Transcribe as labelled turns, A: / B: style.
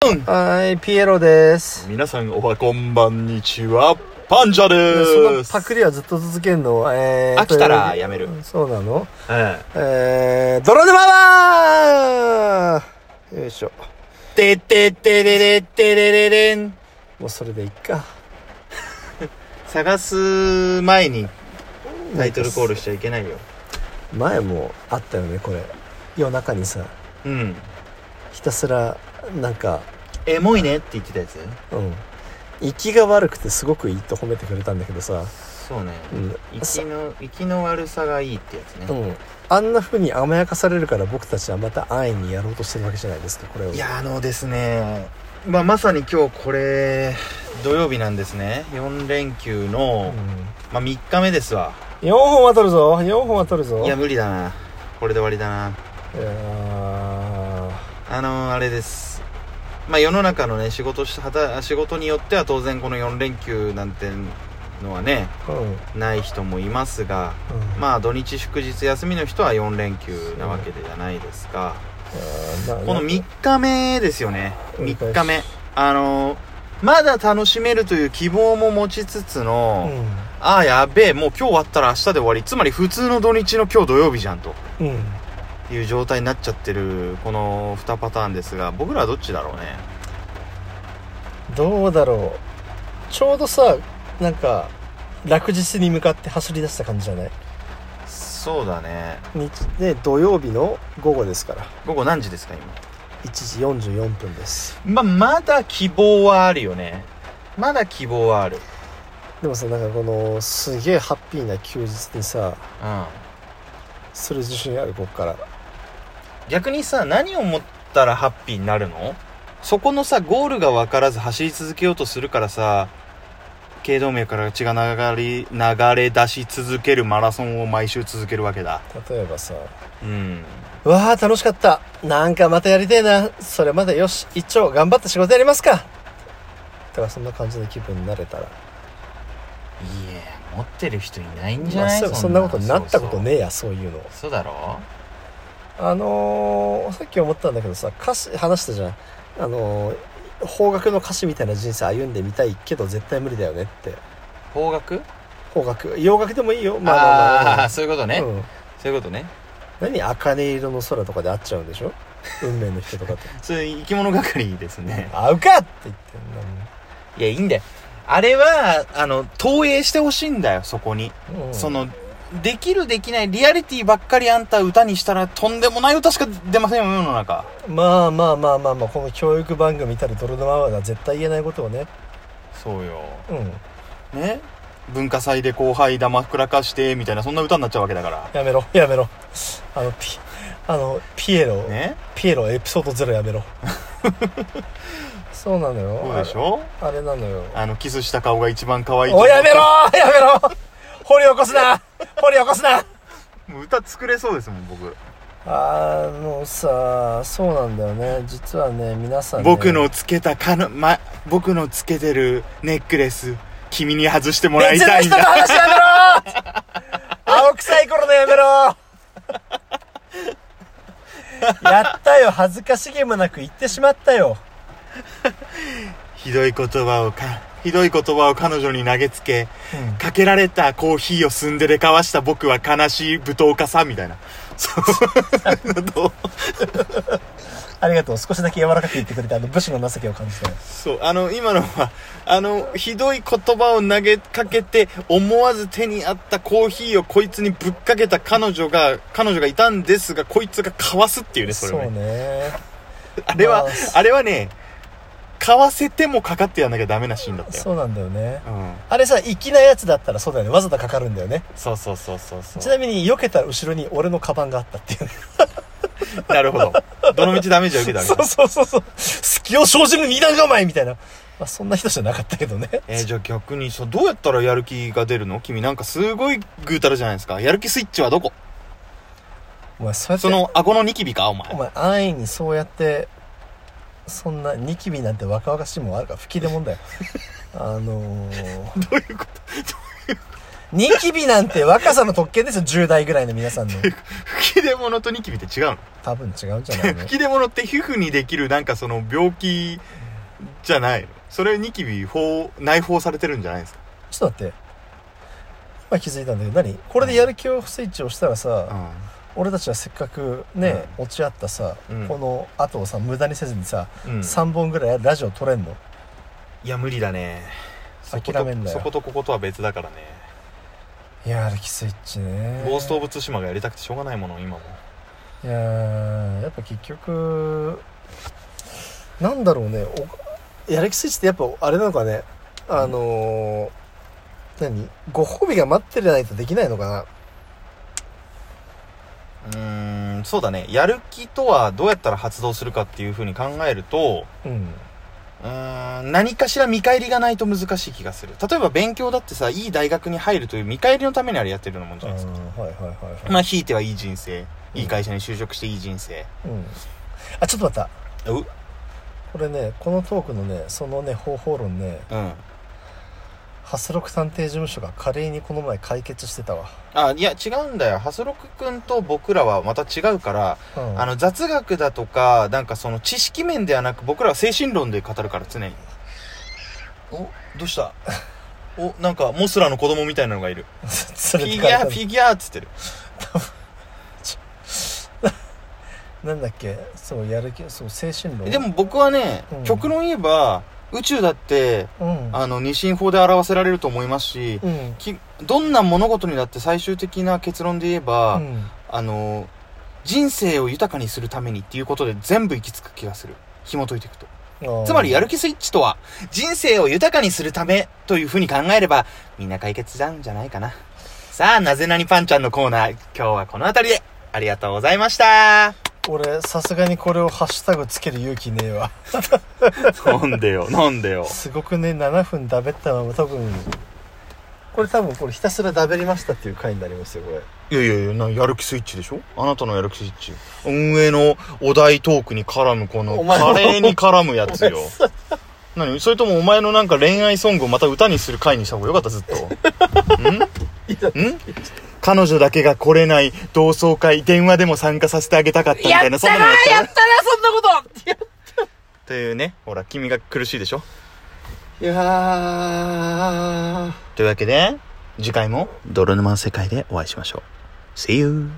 A: トン
B: はい、ピエロです。
A: 皆さんおはこんばんにちはパンジャ
B: そ
A: で
B: の
A: ーす
B: パクリはずっと続けんのえー、
A: 飽きたらやめる
B: そうなの
A: え
B: えー、ドロデマワーよいしょ。
A: えてててれれてれれれん
B: もうそれでいっか。
A: 探す前にタイトルコールしちゃいけないよ
B: 前もあったよね、これ。夜中にさ、
A: うん
B: ひたすら、なんか、
A: エモいねって言ってたやつ
B: うん。息が悪くてすごくいいと褒めてくれたんだけどさ、
A: そうね
B: うん。
A: 息の息の悪さがいいってやつ
B: う
A: ね
B: ん、あんな風に甘やかされるから僕たちはまた安易にやろうとしてるわけじゃないですかこれを
A: いやあのですねまあまさに今日これ土曜日なんですね4連休
B: うん
A: の、まあ、3日目ですわ
B: 4本は取るぞ4本は取るぞ
A: いや無理だなこれで終わりだない
B: や
A: あのー、あれですまあ世の中のね仕事し働仕事によっては当然この4連休なんてのはね
B: ーうん、うん
A: ない人もいますがまあ土日祝日休みの人は4連休なわけじゃないですが
B: あーまあ
A: この3日目ですよね
B: うん
A: 3日目あのーまだ楽しめるという希望も持ちつつ
B: う
A: の、
B: ん
A: ああやべえもう今日終わったら明日で終わりつまり普通の土日の今日土曜日じゃんと
B: うん
A: いう状態になっちゃってるこの2パターンですが僕らはどっちだろうね
B: どうだろうちょうどさなんか落日に向かって走り出した感じじゃない
A: そうだね
B: 日で土曜日の午後ですから
A: 午後何時ですか
B: 1時44分です
A: 今ままだ希望はあるよねまだ希望はある
B: でもさなんかこのすげえハッピーな休日にさ
A: うん
B: する自信あるこっから
A: 逆にさ何を思ったらハッピーになるのそこのさゴールが分からず走り続けようとするからさ頸動脈から血が流れ流れ出し続けるマラソンを毎週続けるわけだ
B: 例えばさ
A: うん
B: わあ楽しかったなんかまたやりてえなそれまでよし一丁頑張って仕事やりますかだからそんな感じの気分になれたら
A: いいえ持ってる人いないんじゃ
B: まあ
A: ない
B: そうそんなことになったことねえやそういうの
A: そうそうそうだろ
B: あのー、さっき思ったんだけどさ歌詞話したじゃんあのー、邦楽の歌詞みたいな人生歩んでみたいけど絶対無理だよねって
A: 方角
B: 邦楽洋楽でもいいよまあまあまあ
A: あ
B: ま
A: あそういうことね、
B: うん、
A: そういうことね
B: 何茜色の空とかで会っちゃうんでしょ運命の人とかと
A: それ生き物係ですね
B: 会うかって言ってんのに
A: いやいいんだよあれはあの投影してほしいんだよそこに、
B: うん
A: そのできるできないリアリティばっかりあんた歌にしたらとんでもない歌しか出ませんよ世の中
B: まあまあまあまあまあこの教育番組たる泥沼は絶対言えないことをね
A: そうよ
B: うん
A: ね文化祭で後輩黙くらかしてみたいなそんな歌になっちゃうわけだから
B: やめろ やめろあのピあのピエロ、
A: ね
B: ピエロエピソードゼロやめ ろそうなのよ
A: そうでしょ
B: あれあれなのよ
A: あのキスした顔が一番可愛いと思
B: お
A: った
B: やめろやめろ 掘り起こす な掘り起こすな
A: もう歌作れそうですもん僕
B: あのさそうなんだよね実はね皆さん、ね、
A: 僕のつけたかの、ま、僕のつけてるネックレス、君に外してもらい
B: 別
A: た
B: の
A: いん
B: 人の
A: だ。
B: 話やめろ 青臭い頃のやめろ やったよ恥ずかしげもなく言ってしまったよ
A: ひどい言葉をか、ひどい言葉を彼女に投げつけ、
B: うん
A: かけられたコーヒーをすんででかわした僕は悲しい舞踏家さんみたいな。そうどう
B: ありがとう少しだけ柔らかく言ってくれてあの武士の情けを感じたよ
A: そう、あの、今のは、あの、ひどい言葉を投げかけて、思わず手にあったコーヒーをこいつにぶっかけた彼女が、彼女がいたんですが、こいつがかわすっていうね、それ
B: そ
A: をね
B: う。ね
A: あれは、
B: ま
A: あ、れはね、買わせてもかかってやんなきゃダメなシーンだったよ。
B: そうなんだよね
A: うん。
B: あれさ粋なやつだったらそうだよねわざとかかるんだよね
A: そうそうそうそうそ
B: ちなみに避けた後ろに俺のカバンがあったって いうね
A: う。なるほど。どの道ダメージは受けたわけ
B: そ
A: だ
B: うそうそうそう隙を生じる二段構えみたいな、まあ、そんな人じゃなかったけどね
A: えーじゃあ逆にさ、どうやったらやる気が出るの君なんかすごいぐうたらじゃないですか。やる気スイッチはどこ
B: お前そうやって
A: その、顎のニキビかお前
B: お。前安易にそうやってそんなニキビなんて若々しいもんあるから吹き出 もんだよあのー、
A: どういうこと
B: ニキビなんて若さの特権ですよ10代ぐらいの皆 さんの
A: 吹き出物とニキビって違うの
B: 多分違うんじゃないの
A: 吹き出物って皮膚にできるなんかその病気じゃないのそれニキビ法内包されてるんじゃないですか
B: ちょっと待って今気づいたんだけど何これでやる気をスイッチを押したらさ、俺たちはせっかくね、落ち合ったさ、
A: うん
B: この後をさ無駄にせずにさ、
A: うん、
B: 3本ぐらいラジオ撮れんの
A: いや無理だねそこと
B: 諦めんなよ
A: そことこことは別だからね
B: いややる気スイッチね
A: ゴースト・オブ・ツシマがやりたくてしょうがないもの今も
B: いやーやっぱ結局なんだろうねおやる気スイッチってやっぱあれなのかねあのー何ご褒美が待ってないとできないのか
A: うーんそうだねやる気とはどうやったら発動するかっていうふうに考えると
B: なうん
A: うーん何かしら見返りがないと難しい気がする例えば勉強だってさいい大学に入るという見返りのためにあれやってるようなもんじゃ
B: あー
A: ないですか
B: はいはいはいはい、
A: まあひいてはいい人生いい会社に就職していい人生
B: うん、あちょっと待った
A: う
B: これねこのトークのねそのね方法論ね
A: うん
B: ハスロク探偵事務所が華麗にこの前解決してたわ、
A: あいや違うんだよハスロク君と僕らはまた違うから、
B: うん、
A: あの雑学だとかなんかその知識面ではなく僕らは精神論で語るから常におどうした おなんかモスラの子供みたいなのがいる
B: そ
A: フ
B: れ
A: ィギュアフィギュアっつってる
B: なんだっけそうやる気そう精神論
A: でも僕はね、
B: うん
A: 極論言えば宇宙だって
B: うん
A: あの二進法で表せられると思いますし
B: うん
A: きどんな物事にだって最終的な結論で言えば、
B: うん
A: あの人生を豊かにするためにっていうことで全部行き着く気がする紐解いていくとつまりや
B: る
A: る気スイッチとは人生を豊かにするためというふうに考えればみんな解決したんじゃないかなさあなぜなにパンちゃんのコーナー今日はこの辺りでありがとうござい ました
B: 俺さすがにこれをハッシュタグつける勇気ねえわ
A: なんでよなんでよ
B: すごくね7分だべったまま多分これ多分これひたすらだべりましたっていう回になりますよこれ
A: いやいやいやなやる気スイッチでしょあなたのやる気スイッチ運営のお題トークに絡むこの
B: お前
A: カレーに絡むやつよ何それともお前のなんか恋愛ソングをまた歌にする回にした方がよかったずっと んん彼女だけが来れない同窓会電話でも参加させてあげたかったみたいなそんなのやった
B: たなそんなこと
A: というねほら君が苦しいでしょ
B: いやー
A: というわけで次回も泥沼の世界でお会いしましょう See you!